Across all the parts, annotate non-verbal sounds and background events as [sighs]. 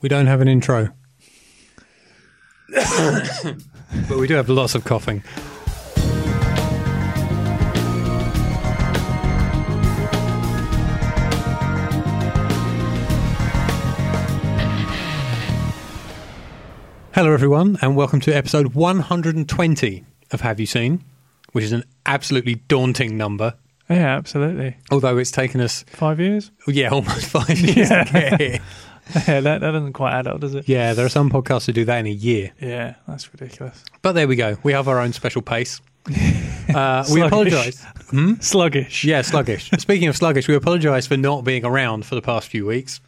We don't have an intro. [coughs] but we do have lots of coughing. Hello, everyone, and welcome to episode 120 of Have You Seen, which is an absolutely daunting number, Yeah, absolutely. although it's taken us, Five years? [laughs] yeah, [laughs] almost five years to get here. yeah, that, that doesn't quite add up, does it? Yeah, there are some podcasts who do that in a year. Yeah, that's ridiculous. But there we go. We have our own special pace. Uh, we Sluggish. apologise. Sluggish. Yeah, Hmm? sluggish. Speaking of sluggish, we apologise for not being around for the past few weeks.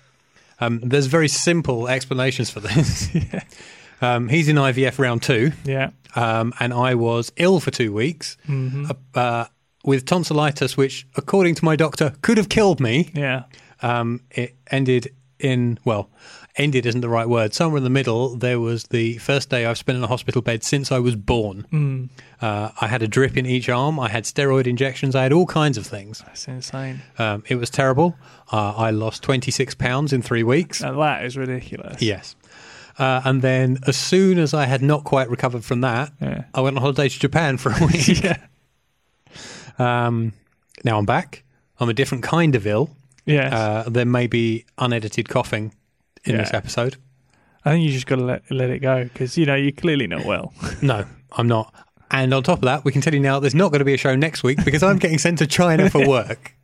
Um, there's very simple explanations for this. [laughs] um, he's in IVF round two, Yeah. um, and I was ill for two weeks uh, uh, with tonsillitis, which, according to my doctor, could have killed me. Yeah. Um, it ended in, well, ended isn't the right word. Somewhere in the middle, there was the first day I've spent in a hospital bed since I was born. Hmm. Uh, I had a drip in each arm, I had steroid injections, I had all kinds of things. That's insane. Um, it was terrible. Uh, I lost 26 pounds in three weeks. Now that is ridiculous. Yes. Uh, and then, as soon as I had not quite recovered from that, Yeah. [laughs] I went on holiday to Japan for a week. yeah. Um, now I'm back. I'm a different kind of ill. Yes. Uh, there may be unedited coughing in this Yeah. episode. I think you just got to let, let it go because, you know, you're clearly [laughs] not well. No, I'm not. And on top of that, we can tell you now there's not going to be a show next week because I'm getting sent to China for work,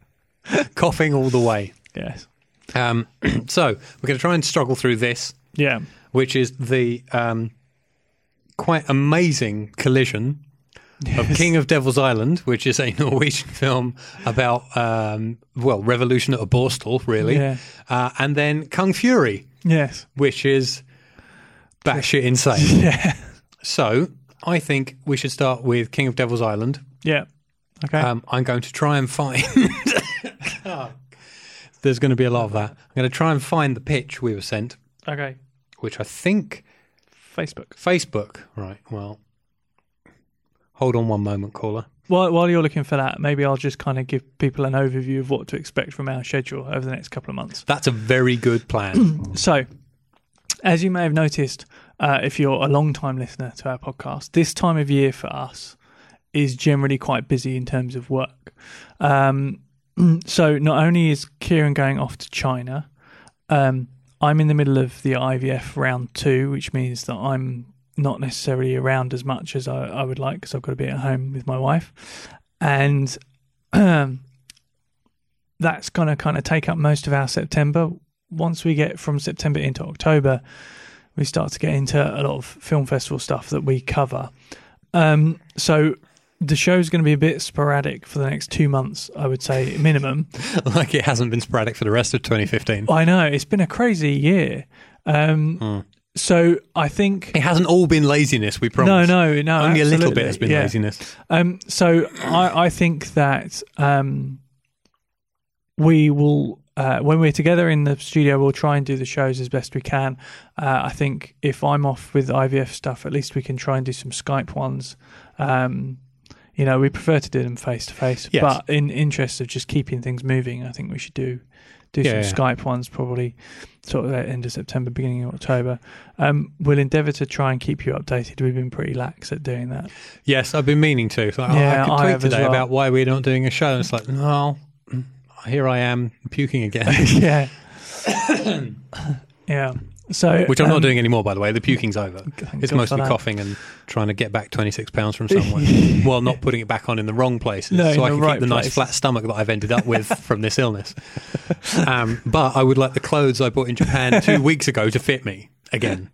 coughing all the way. yes. Um, [clears throat] so we're going to try and struggle through this, Yeah. which is the um, quite amazing collision of King of Devil's Island, which is a [laughs] Norwegian film about um, well revolution at a borstal, really, Yeah. uh, and then Kung Fury, Yes. which is batshit [laughs] insane. So I think we should start with King of Devil's Island. Yeah. Okay. Um, I'm going to try and find. [laughs] There's going to be a lot of that. I'm going to try and find the pitch we were sent, okay. which I think Facebook. Facebook. Right. Well, hold on one moment, caller. While, while you're looking for that, maybe I'll just kind of give people an overview of what to expect from our schedule over the next couple of months. That's a very good [clears throat] plan. So, as you may have noticed, uh, if you're a long time listener to our podcast, this time of year for us is generally quite busy in terms of work. Um, [clears throat] so, not only is Kieran going off to China, um, I'm in the middle of the IVF round two, which means that I'm not necessarily around as much as I, I would like because I've got to be at home with my wife. And [clears throat] that's going to kind of take up most of our September. Once we get from September into October, we start to get into a lot of film festival stuff that we cover. Um, so the show's going to be a bit sporadic for the next two months, I would say, [laughs] minimum. like it hasn't been sporadic for the rest of 2015. I know it's been a crazy year. Um, Hmm. So I think It hasn't all been laziness. We promise. no, no, no, Only a little absolutely, bit has been yeah. laziness. Um, so I, I think that um, we will, uh, when we're together in the studio, we'll try and do the shows as best we can. Uh, I think if I'm off with IVF stuff, at least we can try and do some Skype ones. Um, you know, we prefer to do them face to face, Yes. but in interest of just keeping things moving, I think we should do do Yeah, yeah. some Skype ones probably sort of at end of September, beginning of October. Um, we'll endeavour to try and keep you updated. We've been pretty lax at doing that. Yes, I've been meaning to. So I- I Yeah, I could tweet have as today well. about why we're not doing a show. And it's like, no, here I am puking again, [coughs] [laughs] yeah. yeah. So which I'm not um, doing anymore, by the way. The puking's over. thank It's God mostly for that. coughing and trying to get back 26 pounds from [laughs] somewhere while not putting it back on in the wrong places No, so in I can the keep right the nice places. flat stomach that I've ended up [laughs] with from this illness. Um, but I would like the clothes I bought in Japan [laughs] two weeks ago to fit me again.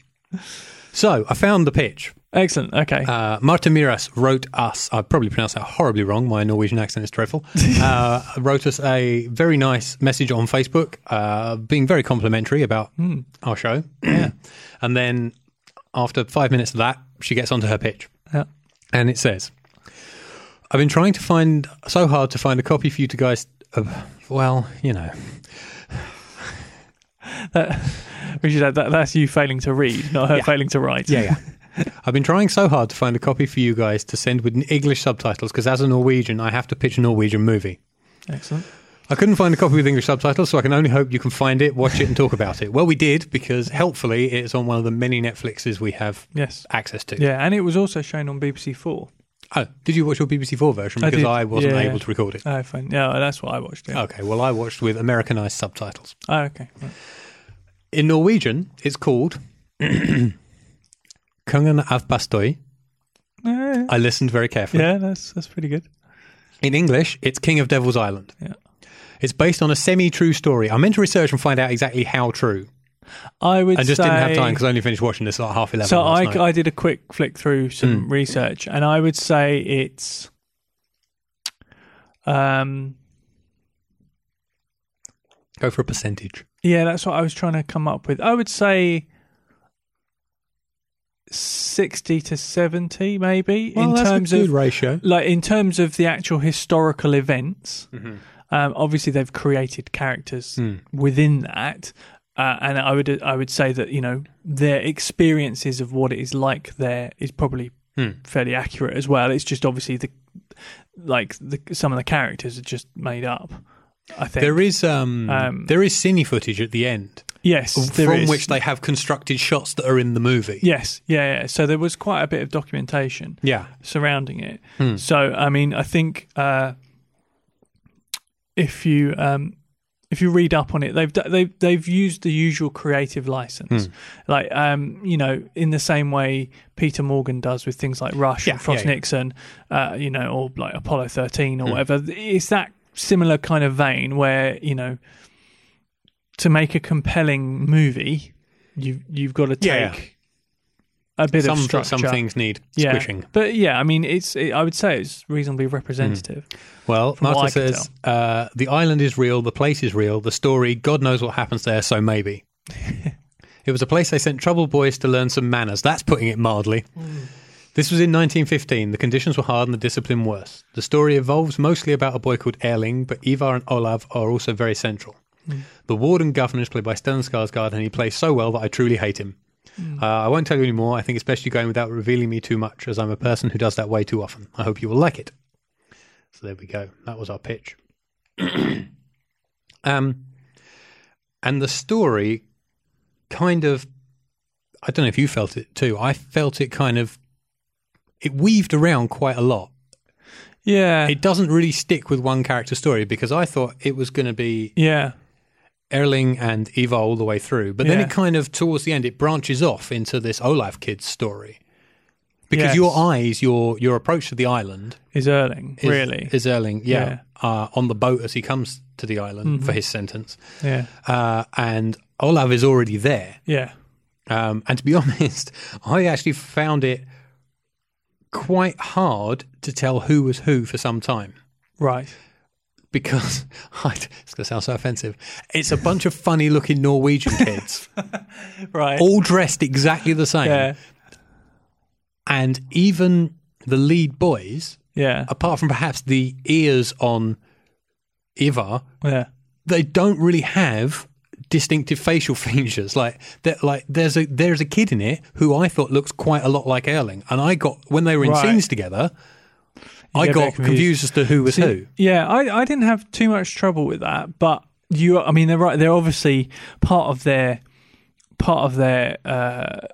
So I found the pitch. Excellent. Okay. Uh, Martin Miras wrote us, I probably pronounced that horribly wrong, my Norwegian accent is [laughs] dreadful, uh, wrote us a very nice message on Facebook, uh, being very complimentary about our show. and then after five minutes of that, she gets onto her pitch. Yeah. And it says, I've been trying to find, so hard to find a copy for you to guys, uh, well, you know. we should add that. That's you failing to read, not her failing to write. yeah. [laughs] I've been trying so hard to find a copy for you guys to send with English subtitles because as a Norwegian, I have to pitch a Norwegian movie. Excellent. I couldn't find a copy with English subtitles, so I can only hope you can find it, watch it, and talk about it. Well, we did because helpfully it's on one of the many Netflixes we have Yes. access to. Yeah, and it was also shown on BBC Four. Oh, did you watch your BBC Four version? I Because did. I, wasn't Yeah. able to record it. Oh, fine. Yeah, that's what I watched. Yeah. Okay, well, I watched with Americanized subtitles. Oh, okay. Right. In Norwegian, it's called [clears throat] Kongen av Bastøy. Yeah, I listened very carefully. yeah, that's that's pretty good. In English, it's King of Devil's Island. Yeah. It's based on a semi-true story. I meant to research and find out exactly how true. I would. I just didn't have say- time because I only finished watching this at like half eleven. So last I, night. Mm. I did a quick flick through some research, and I would say it's um go for a percentage. Yeah, that's what I was trying to come up with. I would say sixty to seventy, maybe in terms of ratio. like in terms of the actual historical events. Um, obviously, they've created characters within that, uh, and I would I would say that you know their experiences of what it is like there is probably fairly accurate as well. It's just obviously the like the, some of the characters are just made up. I think There is um, Um, there is cine footage at the end yes, there from is. which they have constructed shots that are in the movie. Yes, yeah, yeah. So there was quite a bit of documentation Yeah. surrounding it. So I mean, I think uh, if you um, if you read up on it, they've d- they've they've used the usual creative license, like um, you know, in the same way Peter Morgan does with things like Rush Yeah, and Frost yeah, yeah. Nixon, uh, you know, or like Apollo thirteen or whatever. It's that similar kind of vein where you know to make a compelling movie, you you've got to take. Yeah, A bit Some of some structure. things need Yeah. squishing. But yeah, I mean, it's. It, I would say it's reasonably representative. Hmm. Well, what Marta I can says uh, the island is real, the place is real, the story. God knows what happens there, so [laughs] maybe. it was a place they sent troubled boys to learn some manners. That's putting it mildly. Hmm. This was in 1915. The conditions were hard and the discipline worse. The story evolves mostly about a boy called Erling, but Ivar and Olav are also very central. Hmm. The warden governor is played by Stellan Skarsgård, and he plays so well that I truly hate him. Hmm. Uh, I won't tell you any more. I think it's best you go in without revealing me too much, as I'm a person who does that way too often. I hope you will like it. So there we go. That was our pitch. [clears throat] um, and the story kind of, I don't know if you felt it too. I felt it kind of, it weaved around quite a lot. Yeah, It doesn't really stick with one character story because I thought it was going to be yeah, Erling and Eva all the way through. But then Yeah. it kind of, towards the end, it branches off into this Olaf kid's story. Because Yes. your eyes, your your approach to the island is Erling is, really? is Erling, yeah, Uh, on the boat as he comes to the island Mm-hmm. for his sentence, yeah, uh, and Olav is already there. yeah, Um, and to be [laughs] honest, I actually found it quite hard to tell who was who for some time right. because [laughs] it's going to sound so offensive. It's a bunch of funny-looking [laughs] Norwegian kids, Right. all dressed exactly the same, yeah. and even the lead boys, Yeah. apart from perhaps the ears on Ivar, Yeah. they don't really have distinctive facial [laughs] features. Like that, like there's a there's a kid in it who I thought looks quite a lot like Erling, and I got when they were in Right. scenes together, I get a bit got confused. confused. as to who was who. Yeah, I, I didn't have too much trouble with that, but you, I mean, they're right. They're obviously part of their part of their. Uh,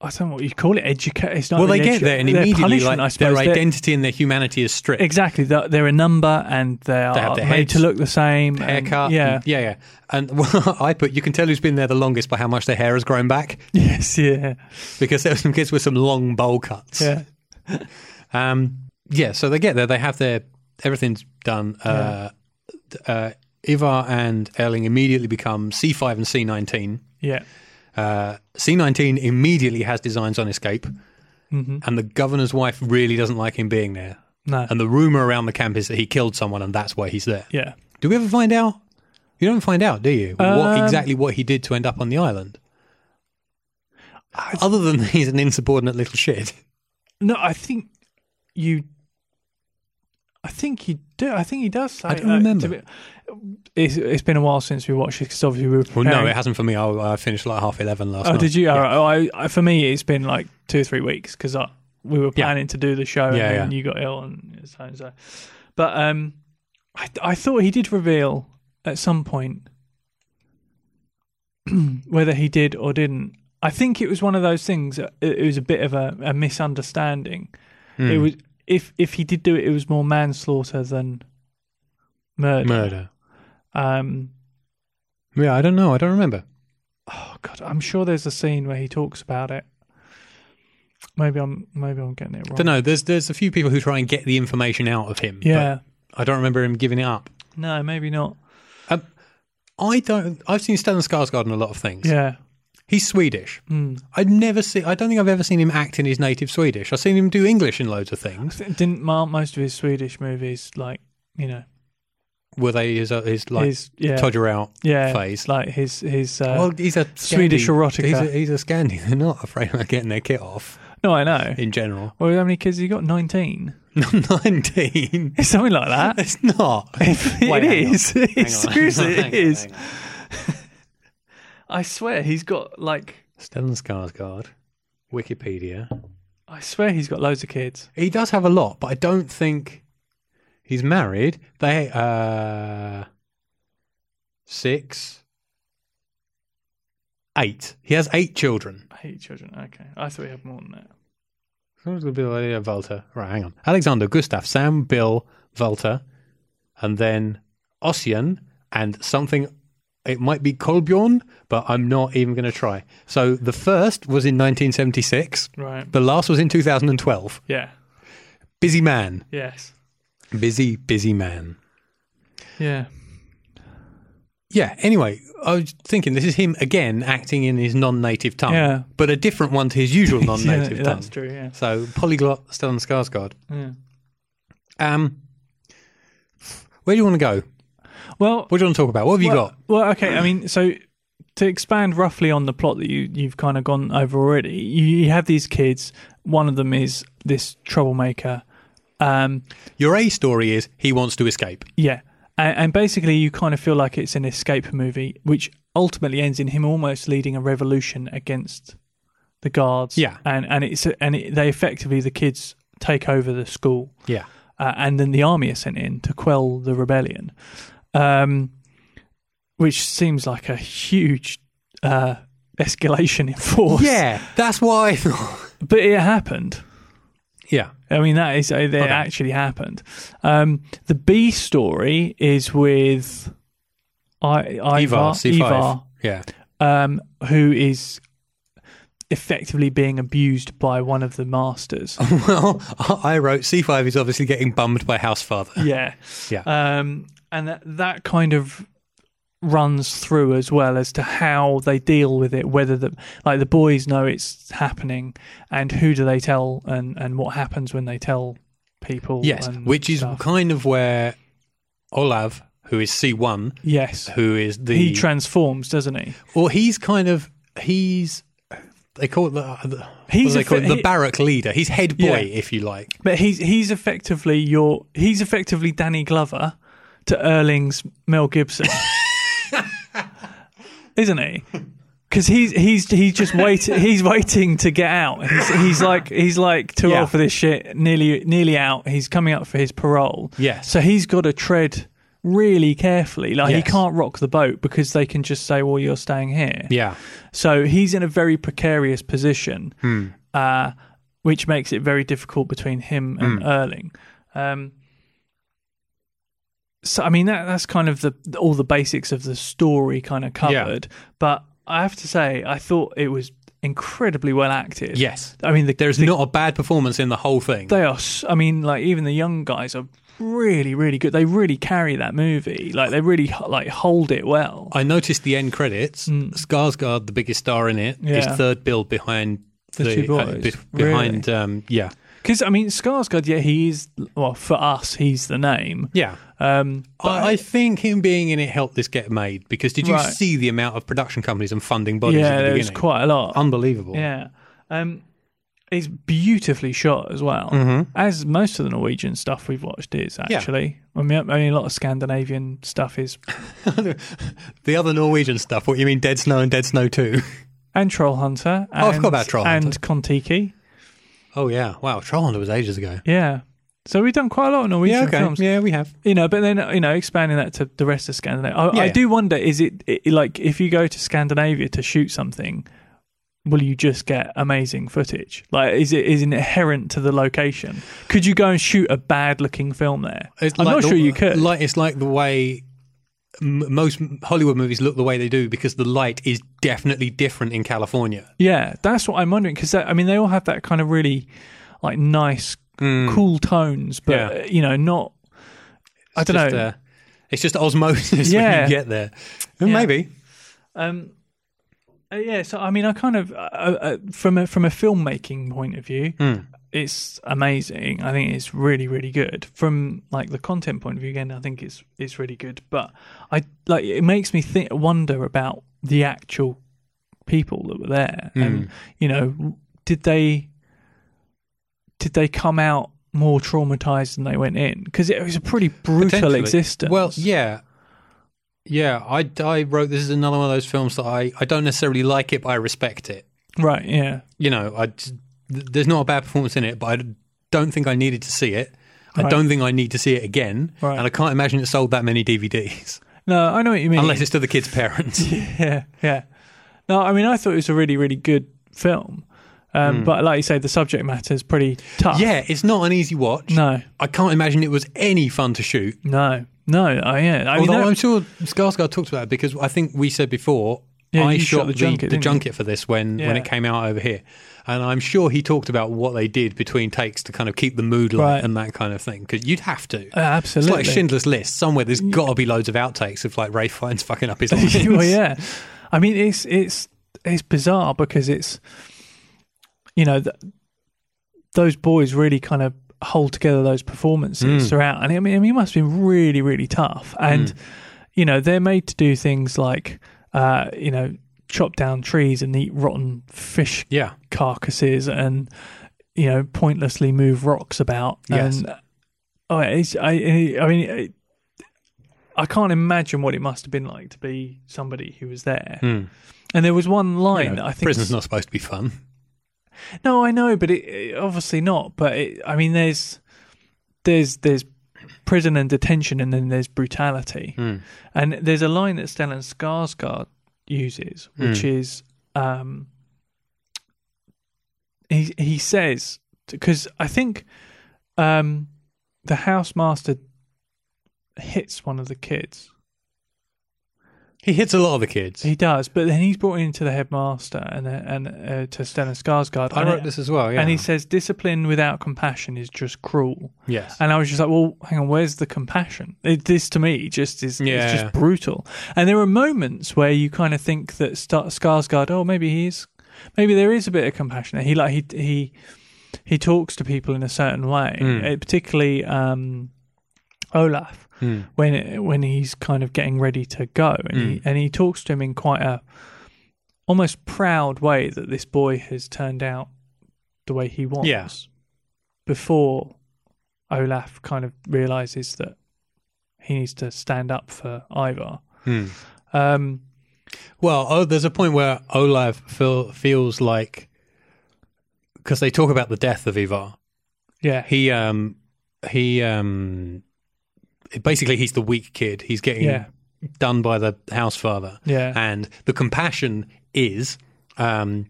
I don't know what you call it. Educate. It's not Well, they really get educa- there and their immediately, punishment, I like suppose. their They're- identity and their humanity is stripped. Exactly. They're, they're a number, and they are have their made to heads, look the same. and- Haircut, yeah. and- yeah, yeah. And [laughs] well, I put you can tell who's been there the longest by how much their hair has grown back Yes. [laughs] Yeah. because there were some kids with some long bowl cuts. Yeah. Um, yeah, so they get there. They have their everything's done. Uh, th- uh, Ivar and Erling immediately become C5 and C19. Yeah. Uh, C19 immediately has designs on escape, Mm-hmm. and the governor's wife really doesn't like him being there. No. And the rumor around the camp is that he killed someone, and that's why he's there. yeah. Do we ever find out? You don't find out, do you? what Um, exactly what he did to end up on the island? Other than [laughs] he's an insubordinate little shit. No, I think you. I think you do. I think he does. Say I don't that, remember. to be- it's, it's been a while since we watched it because obviously we were. Well, Preparing. no, it hasn't for me. I, I finished like half eleven last Oh, night. did you? Yeah. All right. Oh, I, I, for me, it's been like two or three weeks because we were planning to do the show Yeah, and then yeah. you got ill and so and so. But um, I, I thought he did reveal at some point [clears throat] whether he did or didn't. I think it was one of those things. uh, It, it was a bit of a, a misunderstanding. Hmm. It was if if he did do it, it was more manslaughter than murder. Murder. Um, Yeah, I don't know. I don't remember. oh god, I'm sure there's a scene where he talks about it. Maybe I'm maybe I'm getting it wrong. Don't know. There's there's a few people who try and get the information out of him. but Yeah, I don't remember him giving it up. no, maybe not. I don't. I've seen Stellan Skarsgård in a lot of things. Yeah, Hmm. He's Swedish. I've never seen. I don't think I've ever seen him act in his native Swedish. I've seen him do English in loads of things. didn't mark most of his Swedish movies like you know Were they his uh, his like his yeah Todger out? yeah phase. like his his uh, well, he's a Swedish Scandi. He's a, erotica. he's a Scandi. [laughs] They're not afraid of getting their kit off no I know in general. [laughs] well how many kids he got nineteen [laughs] Not nineteen. [laughs] something like that [laughs] It's not. Wait, hang it on. is Hang on. seriously Hang on, it is hang on. I swear he's got like Stellan Skarsgård, Wikipedia. I swear he's got loads of kids He does have a lot, but I don't think he's married. They uh six, eight. He has eight children. I hate children okay I thought he had more than that Who's gonna be the lady of Volta? Right, hang on. Alexander, Gustav, Sam, Bill, Volta, and then Ossian and something. It might be Kolbjorn, but I'm not even going to try. So the first was in 1976. right The last was in 2012. yeah Busy man. yes Busy, busy man. yeah Yeah. Anyway, I was thinking this is him again acting in his non-native tongue, Yeah. but a different one to his usual non-native [laughs] yeah, tongue. that's true yeah So polyglot Stellan Skarsgård. yeah Um, where do you want to go? well What do you want to talk about? What have you well, got? Well, okay. I mean, so to expand roughly on the plot that you you've kind of gone over already, you, you have these kids. One of them is this troublemaker. Um, Your A story is he wants to escape. yeah, and, and basically, you kind of feel like it's an escape movie, which ultimately ends in him almost leading a revolution against the guards. Yeah. and and it's and it, they effectively the kids take over the school Yeah. uh, and then the army are sent in to quell the rebellion, um, which seems like a huge uh, escalation in [laughs] force. Yeah, that's why. I thought. but it happened. yeah. I mean, that is it actually happened. Um, the B story is with I, Ivar, Evar, C5. Ivar, Yeah. [laughs] um, who is effectively being abused by one of the masters. Well, I wrote C5 is obviously getting bummed by Housefather. [laughs] yeah. Yeah. um, and that, that kind of runs through as well as to how they deal with it whether the like the boys know it's happening and who do they tell and and what happens when they tell people yes, and which is stuff. kind of where Olav, who is C1, yes who is the he transforms doesn't he Well, he's kind of he's they call it the, the He's he's they a call fi- it the he- barrack leader. He's head boy, Yeah. if you like. but he's he's effectively your he's effectively danny glover to erling's mel [laughs] gibson isn't he because he's he's he's just waiting he's waiting to get out he's, he's like he's like too Yeah. old for this shit nearly nearly out he's coming up for his parole Yes. so he's got to tread really carefully like he Yes. can't rock the boat because they can just say well you're staying here Yeah, so he's in a very precarious position, uh, which makes it very difficult between him and Erling. Um, so I mean that that's kind of the all the basics of the story kind of covered. But I have to say, I thought it was incredibly well acted. yes. I mean the, There's not a bad performance in the whole thing. they are. s- I mean, like even the young guys are really, really good. They really carry that movie. Like they really h- like hold it well. I noticed the end credits. Skarsgård, the biggest star in it, is Mm. Yeah. third bill behind the, two uh, boys. behind. Um, yeah, Because I mean, Skarsgård. Yeah, he is. Well, for us, he's the name. yeah. Um, I, I think him being in it helped this get made because did you Right. see the amount of production companies and funding bodies yeah, at the there's beginning? Oh. quite a lot. Unbelievable. yeah, um, it's beautifully shot as well, Mm-hmm. as most of the Norwegian stuff we've watched is actually. I mean, I mean, a lot of Scandinavian stuff is, The other Norwegian stuff. What you mean, Dead Snow and Dead Snow [laughs] Two? and Trollhunter. And, Oh, I forgot about Trollhunter. and Kontiki. oh yeah. Wow. Trollhunter was ages ago. Yeah, So we've done quite a lot of Norwegian yeah, okay. films. Yeah, we have. You know, but then uh, you know, expanding that to the rest of Scandinavia. I, I Yeah. do wonder: is it, it like if you go to Scandinavia to shoot something, will you just get amazing footage? Like, is it is it inherent to the location? Could you go and shoot a bad-looking film there? It's I'm like not the- sure you could. Like, it's like the way m- most Hollywood movies look the way they do because the light is definitely different in California. yeah, that's what I'm wondering because I mean they all have that kind of really like nice, cool tones, but Hmm. Yeah. uh, you know, not. I It's don't just, know. uh, it's just osmosis [laughs] when Yeah. you get there. Well, Yeah. Maybe. Um, uh, yeah, so I mean, I kind of uh, uh, from a from a filmmaking point of view, Hmm. it's amazing. I think it's really really good. From like the content point of view, again, I think it's it's really good. But I like it makes me think wonder about the actual people that were there, Hmm. and you know, did they did they come out more traumatized than they went in? Because it was a pretty brutal Potentially. existence. Well, yeah. Yeah, I, I wrote this is another one of those films that I, I don't necessarily like it, but I respect it. right, yeah, You know, I just, th- there's not a bad performance in it, but I don't think I needed to see it. I Right. don't think I need to see it again. Right. And I can't imagine it sold that many [laughs] DVDs, no, I know what you mean. unless it's to the kids' parents. [laughs] Yeah, yeah. No, I mean, I thought it was a really, really good film. Um, But like you say, the subject matter is pretty tough. Hmm. yeah, it's not an easy watch. No, I can't imagine it was any fun to shoot. no, no. Oh, yeah. I mean, Although that- I'm sure Skarsgård talked about it because I think we said before Yeah, I you shot, the junket, the, didn't you? junket for this when, when Yeah. it came out over here, and I'm sure he talked about what they did between takes to kind of keep the mood light Right. and that kind of thing because you'd have to. Uh, it's absolutely. like Schindler's List. Somewhere there's got to be loads of outtakes if like Ray finds fucking up his [laughs] lines. well, yeah. I mean, it's it's it's bizarre because it's you know th- those boys really kind of hold together those performances throughout, and I mean, I mean, it must have been really really tough. And you know, they're made to do things like uh, you know chop down trees and eat rotten fish Yeah. carcasses and you know pointlessly move rocks about Yes. and oh it's, I, I mean it, I can't imagine what it must have been like to be somebody who was there and there was one line Hmm. You know, that I think prison's not supposed to be fun. no I know but it, it- obviously not but it, I mean there's there's there's prison and detention and then there's brutality Hmm. and there's a line that Stellan Skarsgård uses Hmm. which is um he he says because I think um, the housemaster hits one of the kids. He hits a lot of the kids. He does, but then he's brought into the headmaster and uh, and uh, to Stellan Skarsgård. I and wrote it- this as well. Yeah. and he says discipline without compassion is just cruel. yes. And I was just like, well, hang on, where's the compassion? It, this to me just is it's Yeah. just brutal. And there are moments where you kind of think that Star- Skarsgård, oh, maybe he is, maybe there is a bit of compassion. there. He like he he he talks to people in a certain way, Hmm. Eh, particularly um, Olaf Hmm. when when he's kind of getting ready to go, and he Hmm. and he talks to him in quite a almost proud way that this boy has turned out the way he wants Yeah. before Olaf kind of realizes that he needs to stand up for Ivar. Um, Well, oh, there's a point where Olav feel, feels like because they talk about the death of Ivar. yeah, He um he um basically he's the weak kid. He's getting Yeah. done by the house father. Yeah. And the compassion is um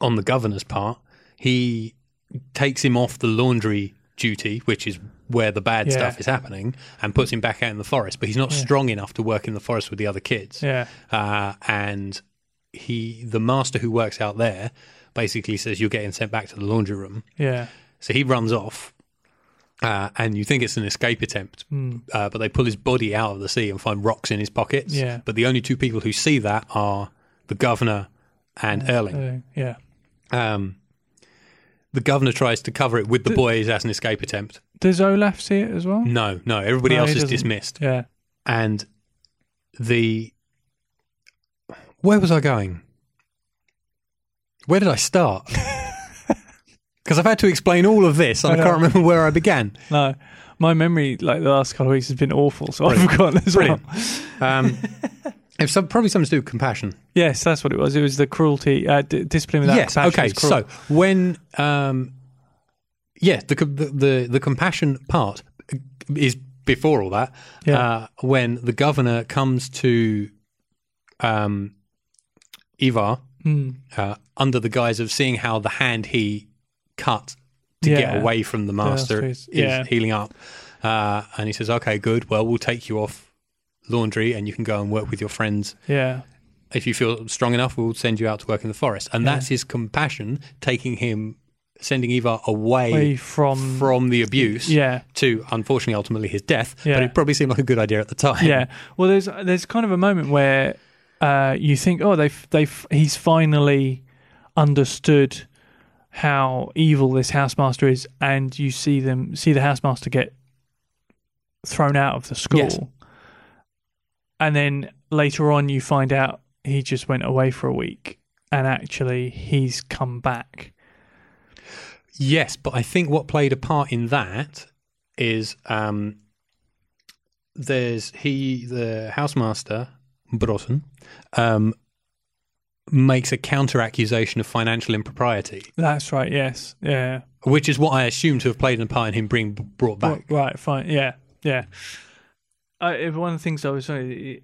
on the governor's part. He takes him off the laundry duty, which is where the bad Yeah. stuff is happening, and puts him back out in the forest. But he's not strong enough to work in the forest with the other kids yeah, uh, and he the master who works out there basically says you're getting sent back to the laundry room yeah, so he runs off uh, and you think it's an escape attempt Hmm. uh, but they pull his body out of the sea and find rocks in his pockets Yeah. but the only two people who see that are the governor and erling uh, yeah. um, the governor tries to cover it with the boys as an escape attempt Does Olaf see it as well? no no everybody No, else he is doesn't. dismissed Yeah. and the where was I going? Where did I [laughs] start? Because I've had to explain all of this, and I, know. can't remember where I began. No, my memory like the last couple of weeks has been awful, so I've forgotten as Brilliant. well. Um, it's some, probably something to do with compassion. Yes, that's what it was. It was the cruelty, uh, d- discipline without yes. compassion. Okay. is cruel. So when um, yeah, the co- the the, the compassion part is before all that. Yeah. Uh, when the governor comes to um, Ivar Hmm. uh, under the guise of seeing how the hand he cut to get Yeah. away from the master that's is true. Yeah. healing up, uh, and he says, "Okay, good. Well, we'll take you off laundry, and you can go and work with your friends." Yeah. if you feel strong enough, we'll send you out to work in the forest. And that's his compassion taking him, sending Ivar away Away from- from the abuse Yeah. to, unfortunately, ultimately his death. Yeah. But it probably seemed like a good idea at the time. Yeah. Well, there's there's kind of a moment where uh, you think, oh, they they he's finally understood how evil this housemaster is, and you see them see the housemaster get thrown out of the school, Yes. and then later on you find out he just went away for a week, and actually he's come back. Yes, but I think what played a part in that is um, there's he, the housemaster, Broughton, um, makes a counter accusation of financial impropriety, That's right. Yes. Yeah. which is what I assume to have played a part in him being brought back. Right, right, fine. Yeah, yeah. I, it- one of the things I was saying, it,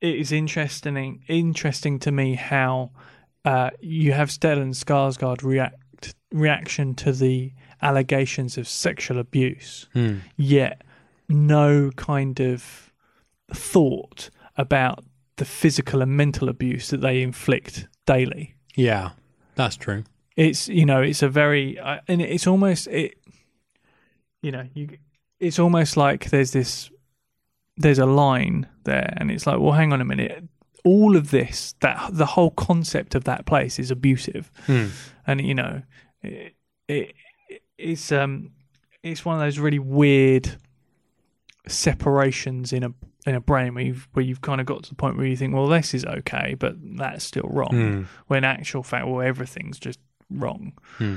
it is interesting, interesting to me how uh, you have Stellan Skarsgård react reaction to the allegations of sexual abuse, yet no kind of thought about the physical and mental abuse that they inflict daily Yeah, that's true. it's you know it's a very I and it's almost it you know you it's almost like there's this there's a line there and it's like well hang on a minute all of this that the whole concept of that place is abusive and you know it, it it's um it's one of those really weird separations in a in a brain where you've where you've kind of got to the point where you think well this is okay but that's still wrong Hmm. when actual fact well everything's just wrong Hmm.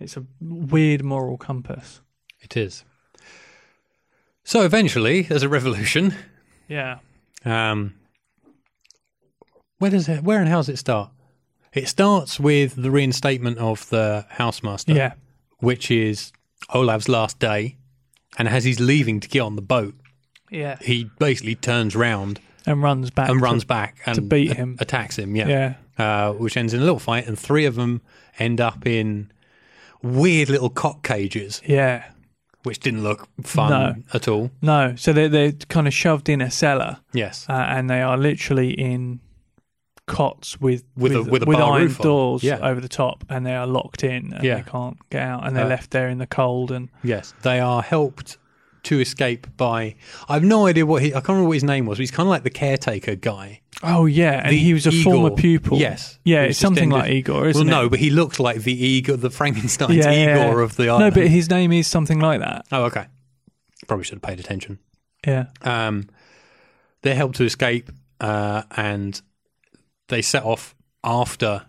it's a weird moral compass It is. So eventually, there's a revolution. yeah Um, where does it? Where and how does it start? It starts with the reinstatement of the housemaster, yeah which is Olav's last day, and as he's leaving to get on the boat, yeah he basically turns round and runs back and to- runs back and beat a- him. attacks him. Yeah, yeah uh, which ends in a little fight, and three of them end up in weird little cock cages, yeah which didn't look fun No. at all. no so they're, they're kind of shoved in a cellar Yes. uh, and they are literally in cots with With a- with a bar iron roof on. doors Yeah. over the top and they are locked in and Yeah. they can't get out and they're Uh, left there in the cold and Yes, they are helped to escape by. I've no idea what he. I can't remember what his name was. But he's kind of like the caretaker guy. oh yeah and The he was a Igor. former pupil Yes, yeah Who's it's something just like ended- Igor well, isn't it no, but he looked like the Igor, the Frankenstein's yeah, yeah, Igor yeah. of the island. no but his name is something like that oh, okay. Probably should have paid attention. yeah Um, they're helped to escape, uh, and they set off after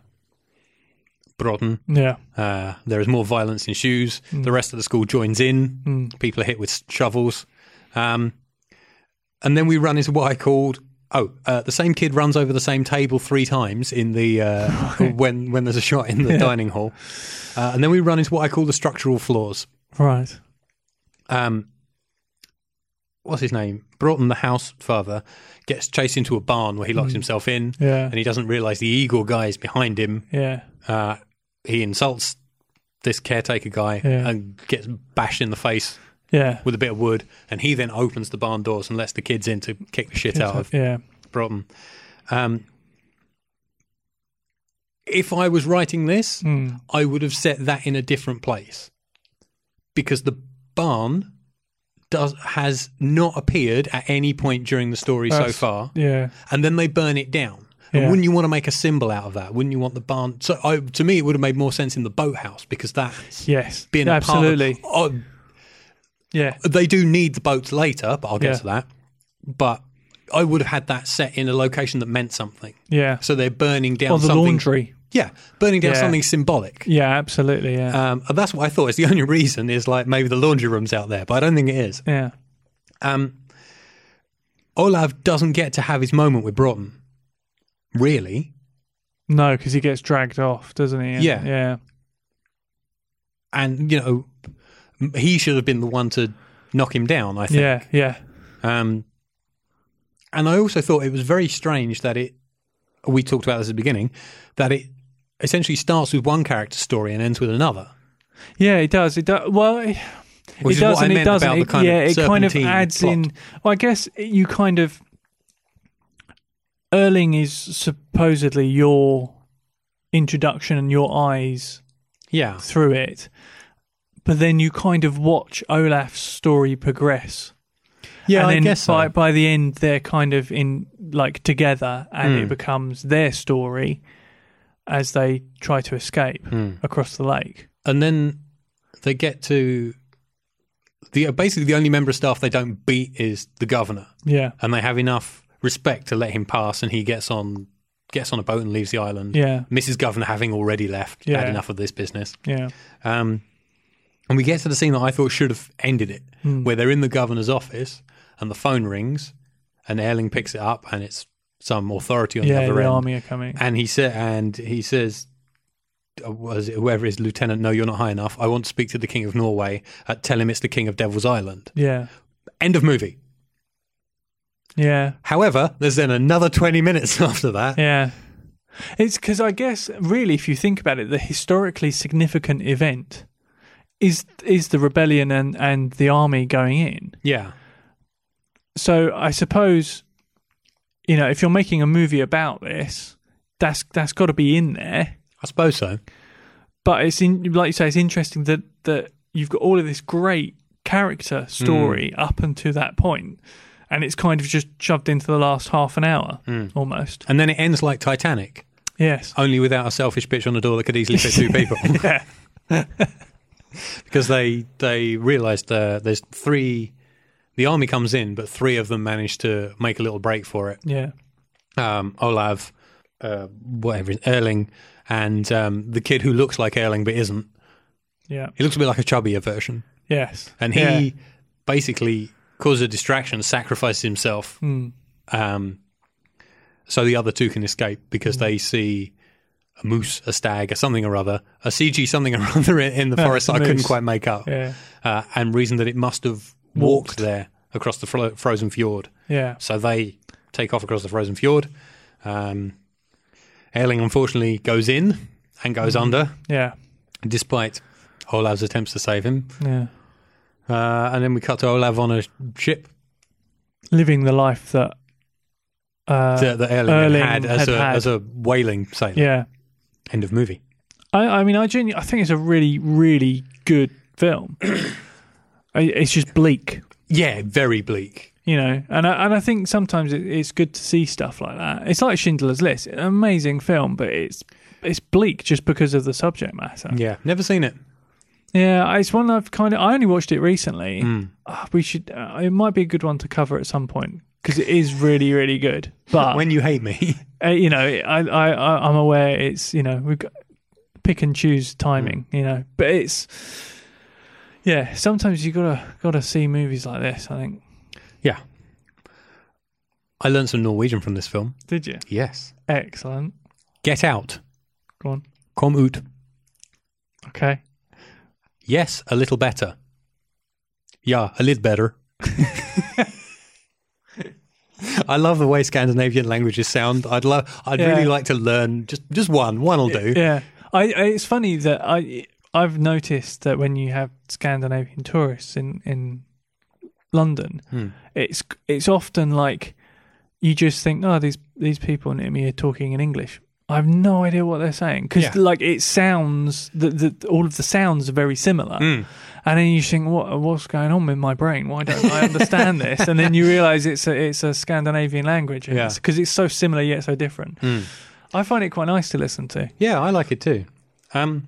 Brodden. yeah Uh, there is more violence ensues. The rest of the school joins in. People are hit with shovels. Um, and then we run into what I called oh, uh, the same kid runs over the same table three times in the uh, when when there's a shot in the dining hall. Uh, and then we run into what I call the structural flaws. right Um, what's his name? Broughton, the house father, gets chased into a barn where he locks himself in, Yeah. and he doesn't realise the Igor guy is behind him Yeah. uh, he insults this caretaker guy Yeah. and gets bashed in the face Yeah. with a bit of wood. And he then opens the barn doors and lets the kids in to kick the shit out of yeah. Broughton. Um, if I was writing this, Hmm. I would have set that in a different place because the barn does has not appeared at any point during the story That's- so far Yeah. and then they burn it down. Yeah. And wouldn't you want to make a symbol out of that? Wouldn't you want the barn? So I, to me, it would have made more sense in the boathouse because that's Yes. been Absolutely. A part of, yeah. oh, they do need the boats later, but I'll get Yeah. to that. But I would have had that set in a location that meant something. Yeah. So they're burning down or the something. laundry. Yeah, burning down Yeah. something symbolic. Yeah. Absolutely. Yeah. Um, and that's what I thought. It's the [laughs] only reason is like maybe the laundry room's out there, but I don't think it is. yeah. Um, Olav doesn't get to have his moment with Broughton, really. No, because he gets dragged off, doesn't he? Yeah. Yeah. and you know, m- he should have been the one to knock him down. I think. Yeah, yeah. Um, and I also thought it was very strange that it. We talked about this at the beginning, that it essentially starts with one character's story and ends with another. Yeah, it does. It does. Well, it, Which it is what does I and it meant about doesn't. the It- kind of yeah, it kind of serpentine adds plot. in. Well, I guess you kind of. Erling is supposedly your introduction and your eyes Yeah, through it, but then you kind of watch Olaf's story progress. yeah. and I then guess so. by by the end, they're kind of in like together, and Hmm. it becomes their story as they try to escape Hmm. across the lake. and then they get to the basically the only member of staff they don't beat is the governor, Yeah, and they have enough respect to let him pass, and he gets on gets on a boat and leaves the island. Yeah. Mrs. Governor having already left, Yeah. had enough of this business. yeah, Um, and we get to the scene that I thought should have ended it, Hmm. where they're in the governor's office and the phone rings, and Erling picks it up, and it's some authority on the yeah. other The end army are coming. and he said, and he says, uh, was it whoever is lieutenant? No, you're not high enough. I want to speak to the king of Norway. Uh, tell him it's the king of Devil's Island. Yeah, End of movie. yeah, However, there's then another 20 minutes [laughs] after that. yeah. It's because I guess really, if you think about it, the historically significant event is is the rebellion and and the army going in. Yeah, so I suppose you know if you're making a movie about this, that's that's got to be in there. I suppose so. But it's in, like you say, it's interesting that that you've got all of this great character story up until that point, and it's kind of just shoved into the last half an hour almost. And then it ends like Titanic, [laughs] Yes. only without a selfish bitch on the door that could easily fit [laughs] two people. Yeah. because they they realised uh, there's three. The army comes in, but three of them manage to make a little break for it. Yeah. um, Olav, uh, whatever, Erling, and um, the kid who looks like Erling but isn't. Yeah. He looks a bit like a chubbier version. Yes. And he Yeah. basically causes a distraction, sacrifices himself Hmm. um, so the other two can escape Hmm. because they see a moose, a stag, or something or other, a CG something or [laughs] other in in the forest it's [laughs] a that I couldn't moose. quite make up, Yeah. uh, and reason that it must have walked, there across the fro- frozen fjord. Yeah. So they take off across the frozen fjord. Um, Erling unfortunately goes in and goes under, Yeah. despite Olav's attempts to save him. Yeah. Uh, and then we cut to Olav on a ship Living the life that. Uh, that, that Erling, Erling had, had, as, had a, had. as a whaling sailor. yeah. End of movie. I, I mean, I genuinely, I think it's a really, really good [clears throat] film. I- it's just bleak, Yeah, very bleak. you know, and I, and I think sometimes it, it's good to see stuff like that. It's like Schindler's List, an amazing film, but it's it's bleak just because of the subject matter. Yeah, never seen it. Yeah, it's one I've kind of. I only watched it recently. Hmm. Ah, we should. Uh, it might be a good one to cover at some point because it is really, really good. But When you hate me, [laughs] uh, you know, I, I, I, I'm aware it's, you know, we've got pick and choose timing, you know, but it's, yeah, sometimes you gotta, gotta see movies like this, I think. yeah. I learned some Norwegian from this film. Did you? Yes. Excellent. Get out. Go on. Kom ut. Okay. Yes, a little better. Yeah, a little better. [laughs] I love the way Scandinavian languages sound. I'd love. I'd Yeah. really like to learn just just one. One'll do. Yeah. I, I, it's funny that I, I've noticed that when you have Scandinavian tourists in, in London, Hmm. it's, it's often like you just think, oh, these, these people near me are talking in English. I have no idea what they're saying because, Yeah. like, it sounds the, the all of the sounds are very similar, Hmm. and then you think, what what's going on with my brain? Why don't I understand this? And then you realize it's a it's a Scandinavian language, Yeah. Hmm. because it's so similar yet so different. I find it quite nice to listen to. Yeah, I like it too. Um,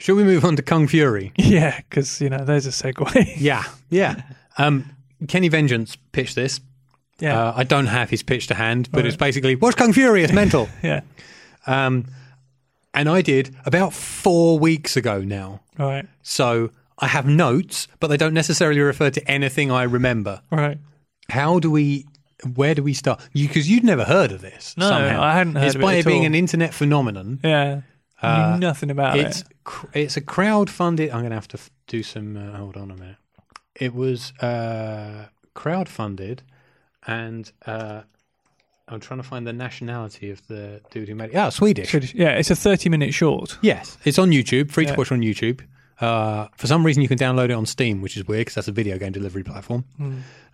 should we move on to Kung Fury? [laughs] Yeah, because you know, there's a segue. [laughs] Yeah, yeah. Um, Kenny Vengeance pitched this. [laughs] yeah, Uh, I don't have his pitch to hand, but it's basically watch Kung Fury. It's mental. yeah. um, and I did about four weeks ago now. All right, So I have notes, but they don't necessarily refer to anything I remember. all right. How do we? Where do we start? Because you, would never heard of this. No, somehow. I hadn't heard It's of it by at being all. an internet phenomenon Yeah, knew nothing about uh, it's it. cr- it's a crowdfunded. I'm going to have to f- do some. Uh, hold on a minute. It was uh, crowdfunded, and uh, I'm trying to find the nationality of the dude who made it. Ah, Swedish. Should- Yeah, it's a 30 [laughs] minute short. Yes, it's on YouTube. Free Yeah. to watch on YouTube. Uh, for some reason, you can download it on Steam, which is weird because that's a video game delivery platform.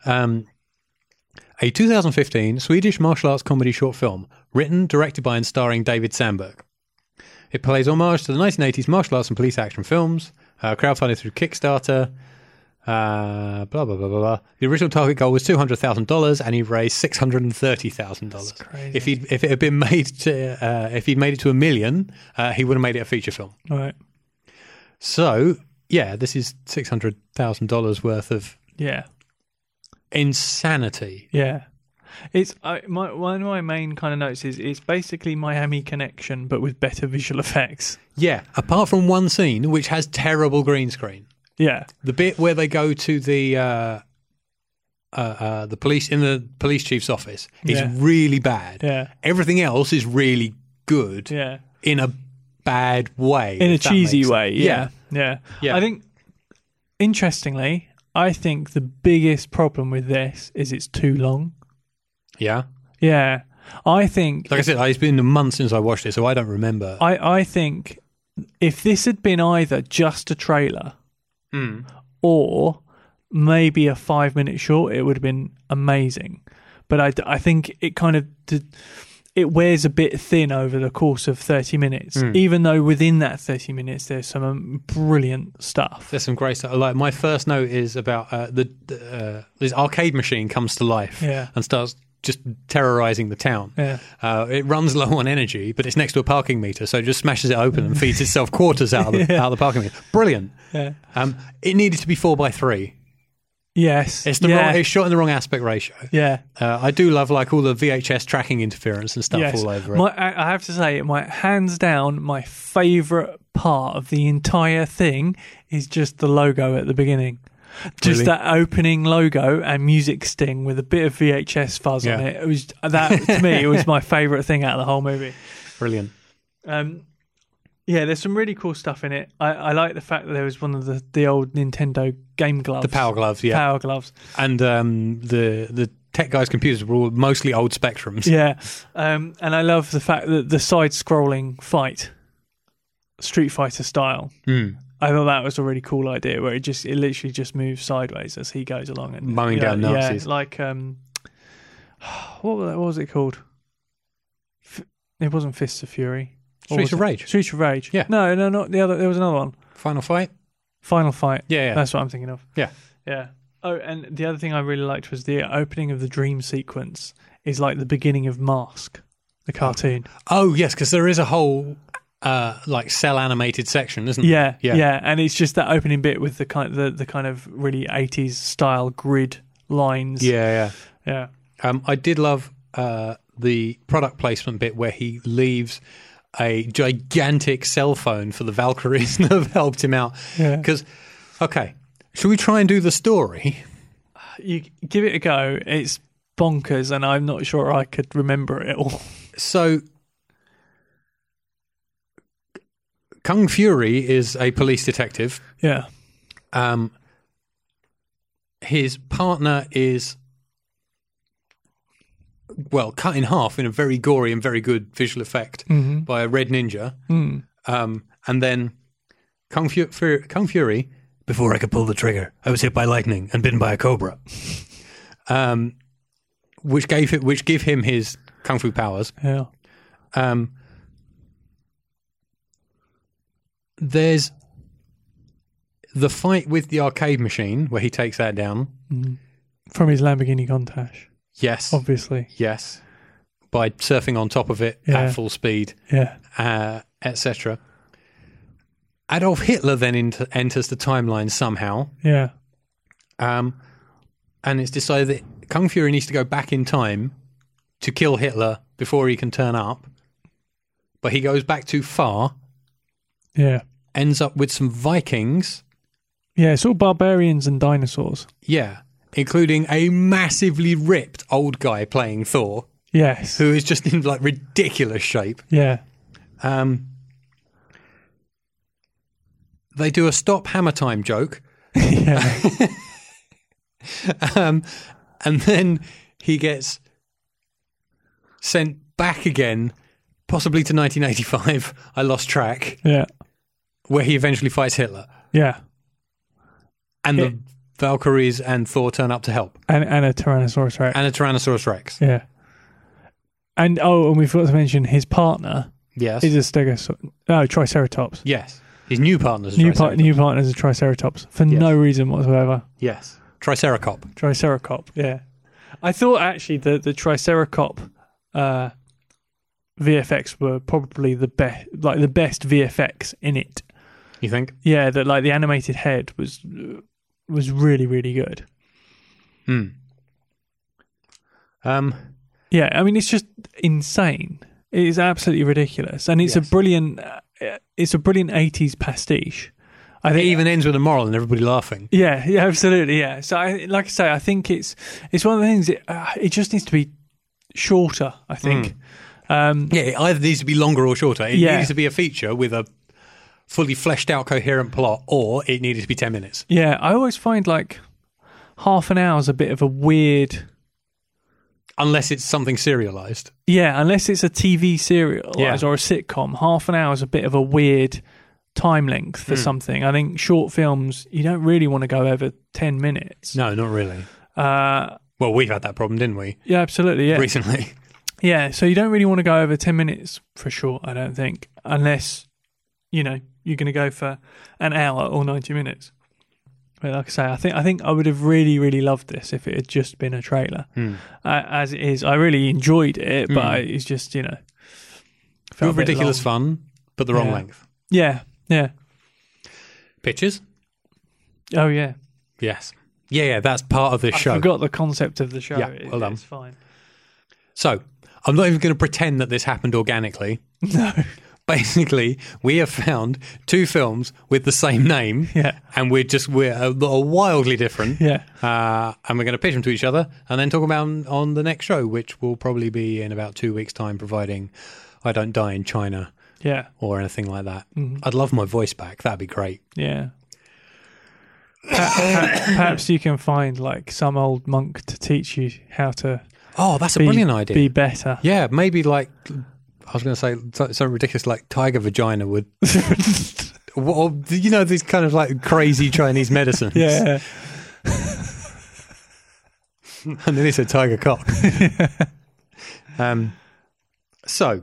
Um, a 2015 Swedish martial arts comedy short film, written, directed by, and starring David Sandberg. It plays homage to the 1980s martial arts and police action films, uh, crowdfunded through Kickstarter. Uh, blah blah blah blah blah. The original target goal was two hundred thousand dollars, and he raised six hundred and thirty thousand dollars. crazy. If he if it had been [laughs] made to uh, if he'd made it to a million, uh, he would have made it a feature film. All right. So yeah, this is six hundred thousand dollars worth of Yeah. insanity. Yeah. It's I, my one of my main kind of notes is it's basically Miami Connection but with better visual [laughs] effects. Yeah, apart from one scene which has terrible green screen. Yeah, The bit where they go to the uh, uh, uh, the police in the police chief's office is Yeah. really bad. Yeah. Everything else is really good yeah, in a bad way. in a if that cheesy makes sense. way. Yeah. yeah, Yeah. I think interestingly, I think the biggest problem with this is it's too long. Yeah. Yeah, I think Like I said, it's been a month since I watched it, so I don't remember. I, I think if this had been either just a trailer Hmm. or maybe a five minute short, it would have been amazing. But I, d- I think it kind of did, it wears a bit thin over the course of 30 minutes, Hmm. even though within that 30 minutes there's some um, brilliant stuff. There's some great stuff. Like my first note is about uh, the, the uh, this arcade machine comes to life Yeah. and starts just terrorizing the town. Yeah. Uh, it runs low on energy, but it's next to a parking meter, so it just smashes it open [laughs] and feeds itself quarters out of the, out of the parking meter. Brilliant. Yeah. Um, it needed to be four by three. Yes. It's the yeah. wrong. It's shot in the wrong aspect ratio. yeah. Uh, I do love like all the VHS tracking interference and stuff Yes. all over it. My, I I have to say, my hands down, my favourite part of the entire thing is just the logo at the beginning. Just Really? that opening logo and music sting with a bit of VHS fuzz on Yeah. it. It was that to me. It [laughs] was my favourite thing out of the whole movie. Brilliant. Um, yeah, there's some really cool stuff in it. I, I like the fact that there was one of the, the old Nintendo game gloves, The power gloves, yeah, power gloves. and um, the the tech guys' computers were all mostly old Spectrums. [laughs] Yeah, um, and I love the fact that the side-scrolling fight, Street Fighter style. Mm. I thought that was a really cool idea, where it just it literally just moves sideways as he goes along and Mowing yeah, down yeah, Nazis. like um, [sighs] what was, that, what was it called? F- it wasn't Fists of Fury. What Streets was of it? Rage. Streets of Rage. Yeah. No, no, not the other. There was another one. Final fight. Final Fight. Yeah, yeah. That's what I'm thinking of. Yeah. Yeah. Oh, and the other thing I really liked was the opening of the dream sequence is like the beginning of Mask, the cartoon. Oh yes, because there is a whole uh, like cell animated section, isn't there? Yeah, yeah, Yeah. and it's just that opening bit with the kind, the, the kind of really '80s style grid lines. Yeah, yeah, yeah. Um, I did love uh, the product placement bit where he leaves a gigantic cell phone for the Valkyries [laughs] that have helped him out. Yeah. Because, okay, should we try and do the story? You give it a go. It's bonkers, and I'm not sure I could remember it all. [laughs] So, Kung Fury is a police detective. yeah, Um, his partner is well cut in half in a very gory and very good visual effect by a red ninja. Um, and then Kung, Fu- Fu- Kung Fury, before I could pull the trigger, I was hit by lightning and bitten by a cobra, um, which gave it, which give him his kung fu powers. yeah, Um, there's the fight with the arcade machine where he takes that down. from his Lamborghini Countach, Yes. obviously. Yes. By surfing on top of it Yeah. at full speed, Yeah, uh, etc. Adolf Hitler then ent- enters the timeline somehow, yeah, um, and it's decided that Kung Fury needs to go back in time to kill Hitler before he can turn up. But he goes back too far yeah, ends up with some Vikings. yeah. It's all barbarians and dinosaurs. Yeah. Including a massively ripped old guy playing Thor, Yes. who is just in like ridiculous shape. Yeah. Um, they do a stop hammer time joke, [laughs] yeah. um, and then he gets sent back again, possibly to 1985. [laughs] I lost track, Yeah. where he eventually fights Hitler, Yeah. and Yeah. the Valkyries and Thor turn up to help, And, and a Tyrannosaurus Rex. and a Tyrannosaurus Rex. yeah. And oh, and we forgot to mention his partner Yes, is a stegosaurus. No, Triceratops. yes. His new partner's a New, par- Triceratops. new partner is a Triceratops for Yes. no reason whatsoever. yes, Triceracop. Triceracop, yeah. I thought actually the the Triceracop uh, VFX were probably the best, like the best VFX in it. You think? Yeah, that like the animated head was uh, was really really good. Hmm. Um. Yeah, I mean it's just insane. It is absolutely ridiculous, and it's Yes. a brilliant uh, it's a brilliant eighties pastiche. I It think even ends with a moral and everybody laughing. Yeah, [laughs] yeah, absolutely. Yeah. So, I, like I say, I think it's it's one of the things. It, uh, it just needs to be shorter. I Mm. think. Um, Yeah, it either needs to be longer or shorter. It Yeah. needs to be a feature with a fully fleshed out, coherent plot, or it needed to be 10 minutes. yeah, I always find like half an hour is a bit of a weird. Unless it's something serialized. Yeah, unless it's a TV serial Yeah. or a sitcom, half an hour is a bit of a weird time length Mm. for something. I think short films you don't really want to go over ten minutes. No, not really. Uh, Well, we've had that problem, didn't we, yeah, absolutely. Yeah, recently? Yeah, so you don't really want to go over 10 minutes for sure, I don't think, unless, you know, you're going to go for an hour or 90 minutes. But like I say, I think I think I would have really, really loved this if it had just been a trailer. Hmm. Uh, as it is, I really enjoyed it, but I, it's just, you know, With [laughs] felt a bit Hmm. ridiculous long. fun, but the wrong Yeah. length. Yeah, yeah. Pitches? Oh, yeah. Yes. Yeah, yeah, that's part of this I show. forgot the concept of the show. Yeah, It- well done. It's fine. So, I'm not even going to pretend that this happened organically. [laughs] No. Basically, we have found two films with the same name. [laughs] Yeah. And we're just, we're uh, are wildly different. Yeah. Uh, and we're going to pitch them to each other and then talk about 'em on the next show, which will probably be in about two weeks' time, providing I don't die in China Yeah. or anything like that. Mm-hmm. I'd love my voice back. That'd be great. Yeah. perhaps, perhaps you can find like some old monk to teach you how to Oh, that's a be, brilliant idea. be better. yeah, maybe like, I was going to say so- something ridiculous like tiger vagina [laughs] would. Or, you know, these kind of like crazy Chinese medicines. Yeah. [laughs] and then it's a tiger [laughs] cock. um, so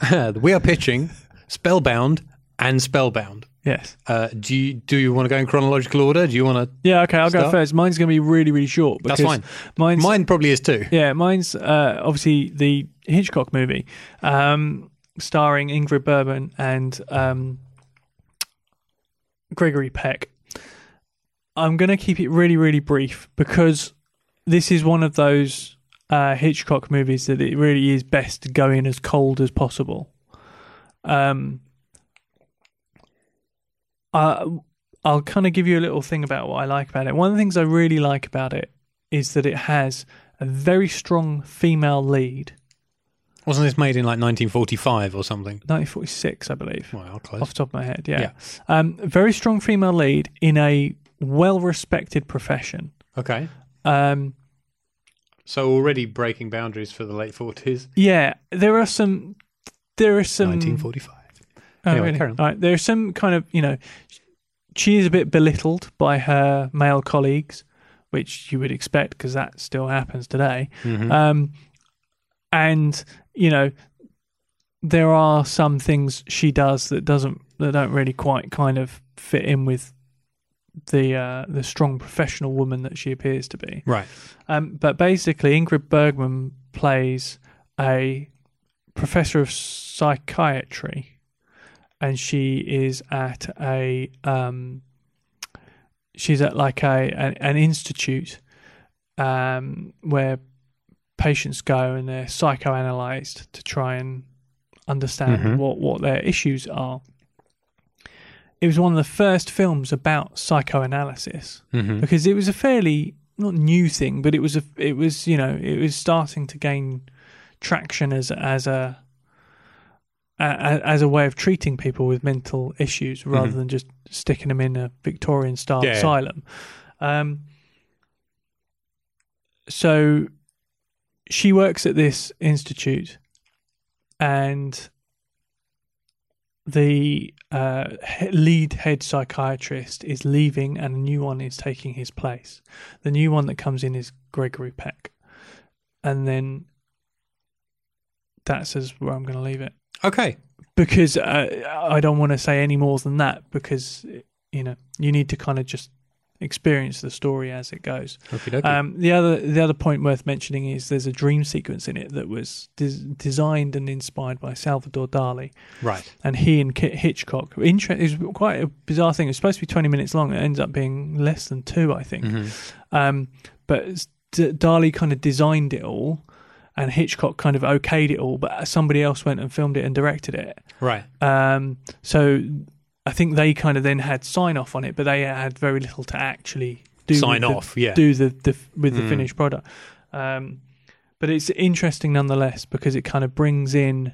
[laughs] we are pitching Spellbound and Spellbound. Yes. Uh, do you, do you want to go in chronological order? Do you want to? Yeah. Okay. I'll go Start. first. Mine's going to be really, really short. That's because fine. Mine's, Mine probably is too. Yeah. Mine's uh, obviously the Hitchcock movie, um, starring Ingrid Bergman and um, Gregory Peck. I'm going to keep it really, really brief because this is one of those uh, Hitchcock movies that it really is best to go in as cold as possible. Um, uh, I'll kind of give you a little thing about what I like about it. One of the things I really like about it is that it has a very strong female lead. Wasn't this made in like 1945 or something? 1946, I believe Well, off close. the top of my head. Yeah, Um, very strong female lead in a well-respected profession. Okay. Um, So already breaking boundaries for the late 40s. yeah, there are some. There are some. 1945. Oh, Anyway, really? carry on. All right, there are some kind of you know, she is a bit belittled by her male colleagues, which you would expect because that still happens today. Mm-hmm. Um, and you know, there are some things she does that doesn't that don't really quite kind of fit in with the uh, the strong professional woman that she appears to be. Right. Um, but basically, Ingrid Bergman plays a professor of psychiatry, and she is at a um, she's at like a an, an institute um, where patients go and they're psychoanalyzed to try and understand Mm-hmm. what what their issues are. It was one of the first films about psychoanalysis Mm-hmm. because it was a fairly not new thing, but it was a it was you know it was starting to gain traction as as a a- a- as a way of treating people with mental issues rather than just sticking them in a Victorian style Mm-hmm. Yeah, yeah. asylum. Um, so she works at this institute, and the uh, he- lead head psychiatrist is leaving, and a new one is taking his place. The new one that comes in is Gregory Peck, and then that's as where I'm going to leave it Okay. because uh, I don't want to say any more than that because you know you need to kind of just experience the story as it goes. Okey-dokey. Um, the other the other point worth mentioning is there's a dream sequence in it that was des- designed and inspired by Salvador Dali, right. and he and Kit Hitchcock. Inter- it was quite a bizarre thing. It was supposed to be 20 minutes long. It ends up being less than two, I Mm. think. Mm-hmm. Um, but it's- D- Dali kind of designed it all, and Hitchcock kind of okayed it all. But somebody else went and filmed it and directed it. Right. Um, so I think they kind of then had sign off on it, but they had very little to actually do Sign with the- off. yeah. do the, the with the Mm. finished product. Um, but it's interesting nonetheless because it kind of brings in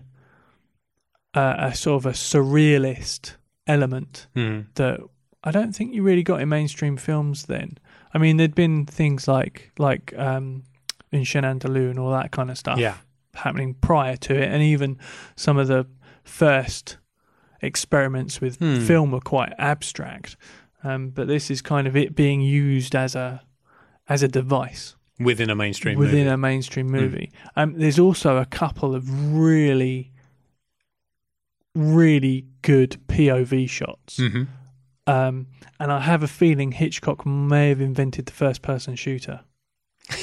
a, a sort of a surrealist element Mhm. that I don't think you really got in mainstream films then. I mean, there'd been things like like um, in Shenandoah and all that kind of stuff Yeah. happening prior to it, and even some of the first experiments with Hmm. film were quite abstract. Um, but this is kind of it being used as a as a device Within a mainstream within movie. Hmm. a mainstream movie. Um, there's also a couple of really, really good POV shots. Mhm. Um, and I have a feeling Hitchcock may have invented the first person shooter. [laughs]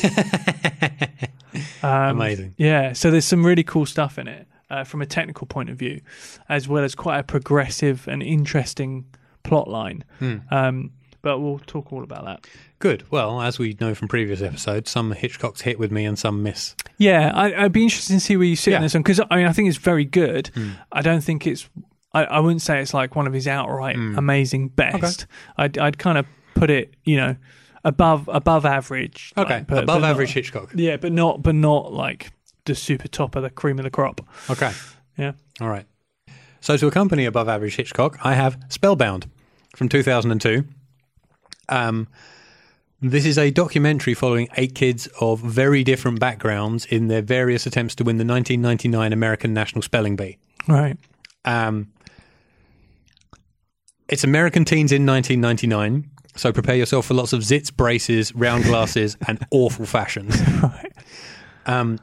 Um, Mm-hmm. [laughs] Amazing. Yeah, so there's some really cool stuff in it uh, from a technical point of view, as well as quite a progressive and interesting plot line. Hmm. Um, but we'll talk all about that. Good. Well, as we know from previous episodes, some Hitchcock's hit with me and some miss. Yeah, I, I'd be interested to see where you sit on Yeah. Hmm. this one because I mean I think it's very good. I don't think it's. I, I wouldn't say it's like one of his outright Hmm. amazing best. I'd, I'd kind of put it, you know, above above average. like, Okay. but- Above but not- average Hitchcock. yeah, but not but not like the super top of the cream of the crop. Okay. Yeah. All right. So to accompany above average Hitchcock, I have Spellbound from 2002. Um, this is a documentary following eight kids of very different backgrounds in their various attempts to win the 1999 American National Spelling Bee. Right. Um, it's American Teens in 1999, so prepare yourself for lots of zits, braces, round glasses, and awful fashions. Right. Um,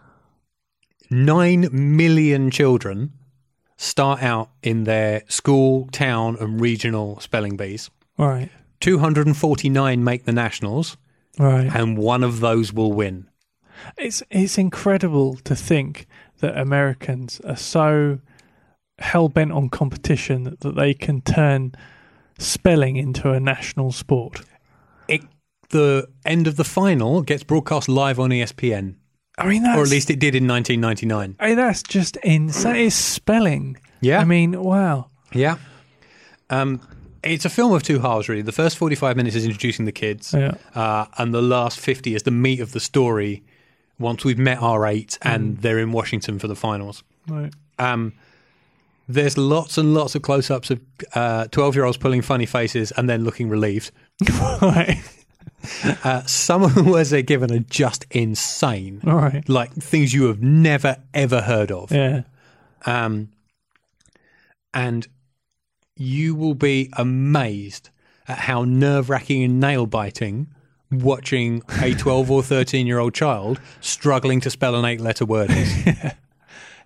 nine million children start out in their school, town, and regional spelling bees. Right. 249 make the nationals, Right. and one of those will win. It's it's incredible to think that Americans are so hell bent on competition that, that they can turn spelling into a national sport. It, the end of the final gets broadcast live on E ESPN, I mean, that's or at least it did in 1999. I mean, that's just insane. It's spelling. Yeah. I mean, wow. Yeah. Um, it's a film of two halves, really. The first 45 minutes is introducing the kids, Yeah. uh, and the last 50 is the meat of the story once we've met our eight Mm. and they're in Washington for the finals. Right. [laughs] Um, there's lots and lots of close ups of 12 year olds pulling funny faces and then looking relieved. right. Uh, some of the words they're given are just insane, All right. like things you have never, ever heard of. Yeah. um, and you will be amazed at how nerve wracking and nail biting watching a 12 or 13 year old child struggling to spell an eight letter word is. uh,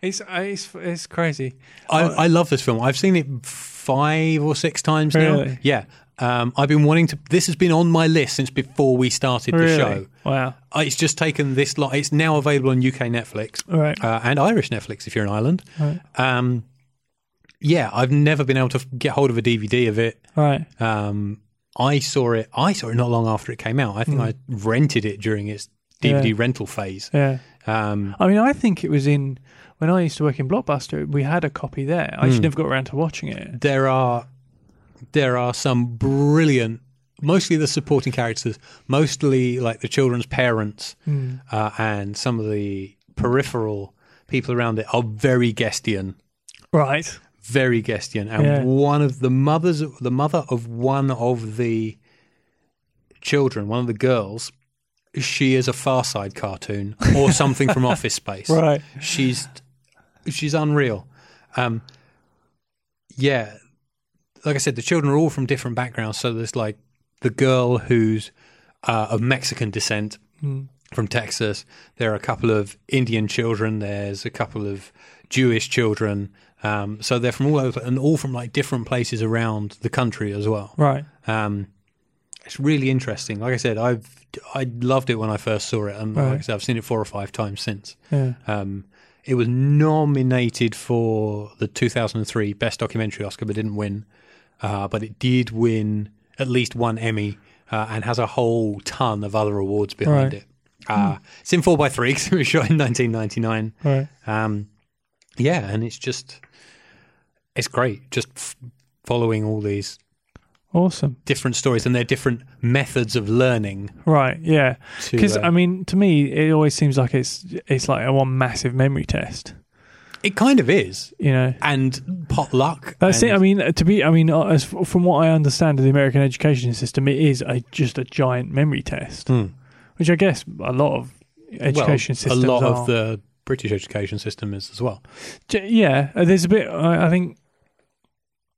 It's it's it's crazy. [laughs] I, I love this film. I've seen it five or six times now. Really? Yeah. Um, I've been wanting to. This has been on my list since before we started the Really. show. Wow. Uh, It's just taken this lot. It's now available on UK Netflix All right. uh, and Irish Netflix if you're in Ireland. Right. Um, yeah, I've never been able to f- get hold of a DVD of it. All right. Um, I saw it. I saw it not long after it came out. I think I rented it during its DVD Hmm. Yeah. rental phase. Yeah. Um, I mean, I think it was in when I used to work in Blockbuster. We had a copy there. Hmm. I just never got around to watching it. there are there are some brilliant, mostly the supporting characters, mostly like the children's parents, Hmm. uh, and some of the peripheral people around it are very Guestian. Right. very Guestian, and Yeah. one of the mothers, the mother of one of the children, one of the girls, she is a Far Side cartoon or something [laughs] from Office Space. Right. She's she's unreal. Um, yeah, like I said, the children are all from different backgrounds. So there's like the girl who's uh, of Mexican descent from Texas. There are a couple of Indian children. There's a couple of Jewish children. Um, so they're from all over and all from like different places around the country as well. Right. Um, it's really interesting. Like I said, I've I loved it when I first saw it, and like I Right. said, I've seen it four or five times since. Yeah. Um, it was nominated for the 2003 Best Documentary Oscar, but didn't win. Uh, but it did win at least one Emmy uh, and has a whole ton of other awards behind Right. it. Uh, It's in 4x3 [laughs] because it was shot in 1999. Right. Um, yeah, and it's just, it's great just f- following all these Awesome. different stories and their different methods of learning. Right. Yeah. to, Because uh, I mean, to me, it always seems like it's it's like a one massive memory test. it kind of is. You know. And potluck. That's and, it. I mean, uh, to be, I mean, uh, as f- from what I understand of the American education system, it is a just a giant memory test, Hmm. which I guess a lot of education well, systems a lot are. of the British education system is as well. J- yeah, uh, there's a bit. I, I think,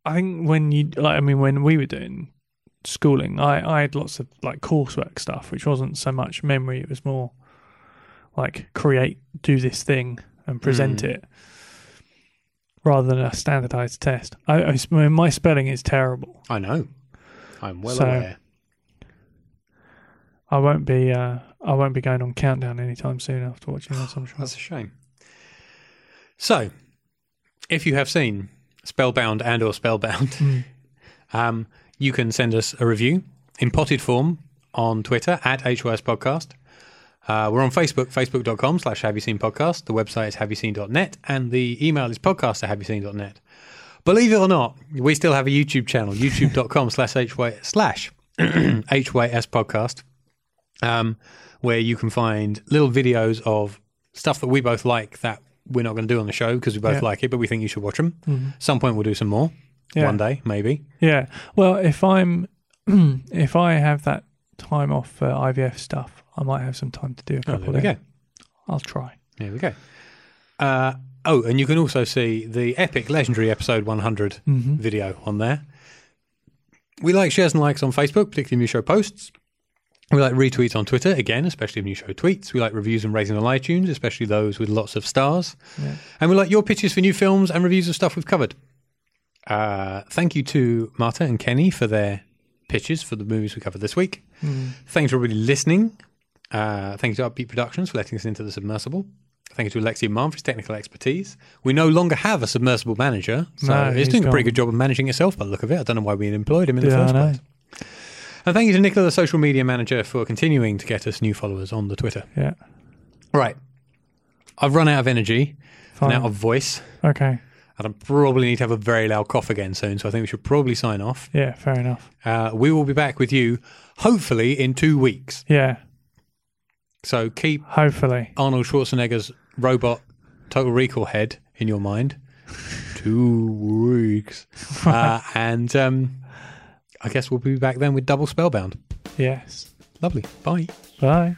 I think when you like, I mean, when we were doing schooling, I I had lots of like coursework stuff, which wasn't so much memory. It was more like create, do this thing, and present Mm. it, rather than a standardized test. I, I s- my spelling is terrible. I know. I'm well So- aware. I won't be uh, I won't be going on countdown anytime soon after watching this. I'm sure. That's a shame. So, if you have seen Spellbound and or Spellbound, [laughs] um, you can send us a review in potted form on Twitter at HYS Podcast. Uh, we're on Facebook, facebook.com slash have you seen podcast. The website is have you seen.net and the email is podcast at have you seen.net. Believe it or not, we still have a YouTube channel, [laughs] youtube.com slash HY slash [clears throat] HYS podcast, um, where you can find little videos of stuff that we both like that we're not going to do on the show because we both Yeah. Mm-hmm. like it, but we think you should watch them. Some point we'll do some more. Yeah. One day, maybe. Yeah. Well, if I'm [clears throat] if I have that time off for IVF stuff, I might have some time to do a Oh, couple there of we days. go. I'll try. There we go. Uh, oh, and you can also see the epic, legendary episode 100 Mm-hmm. video on there. We like shares and likes on Facebook, particularly new show posts. We like retweets on Twitter, again, especially new show tweets. We like reviews and ratings on iTunes, especially those with lots of stars. Yeah. And we like your pitches for new films and reviews of stuff we've covered. Uh, thank you to Marta and Kenny for their pitches for the movies we covered this week. Hmm. Thanks to everybody listening. Uh, thank you to Upbeat Productions for letting us into the submersible. Thank you to Alexia Mann for his technical expertise. We no longer have a submersible manager, so No, he's he's doing a pretty gone. good job of managing itself by the look of it. I don't know why we employed him in the Yeah, first I know. place. And thank you to Nicola, the social media manager, for continuing to get us new followers on the Twitter. Yeah. Right. I've run out of energy Fine. and out of voice. Okay. And I probably need to have a very loud cough again soon, so I think we should probably sign off. Yeah. Fair enough. Uh, we will be back with you, hopefully, in two weeks. Yeah. So keep Hopefully. Arnold Schwarzenegger's robot Total Recall head in your mind. two weeks. Uh, and um, I guess we'll be back then with Double Spellbound. Yes. Lovely. Bye. Bye.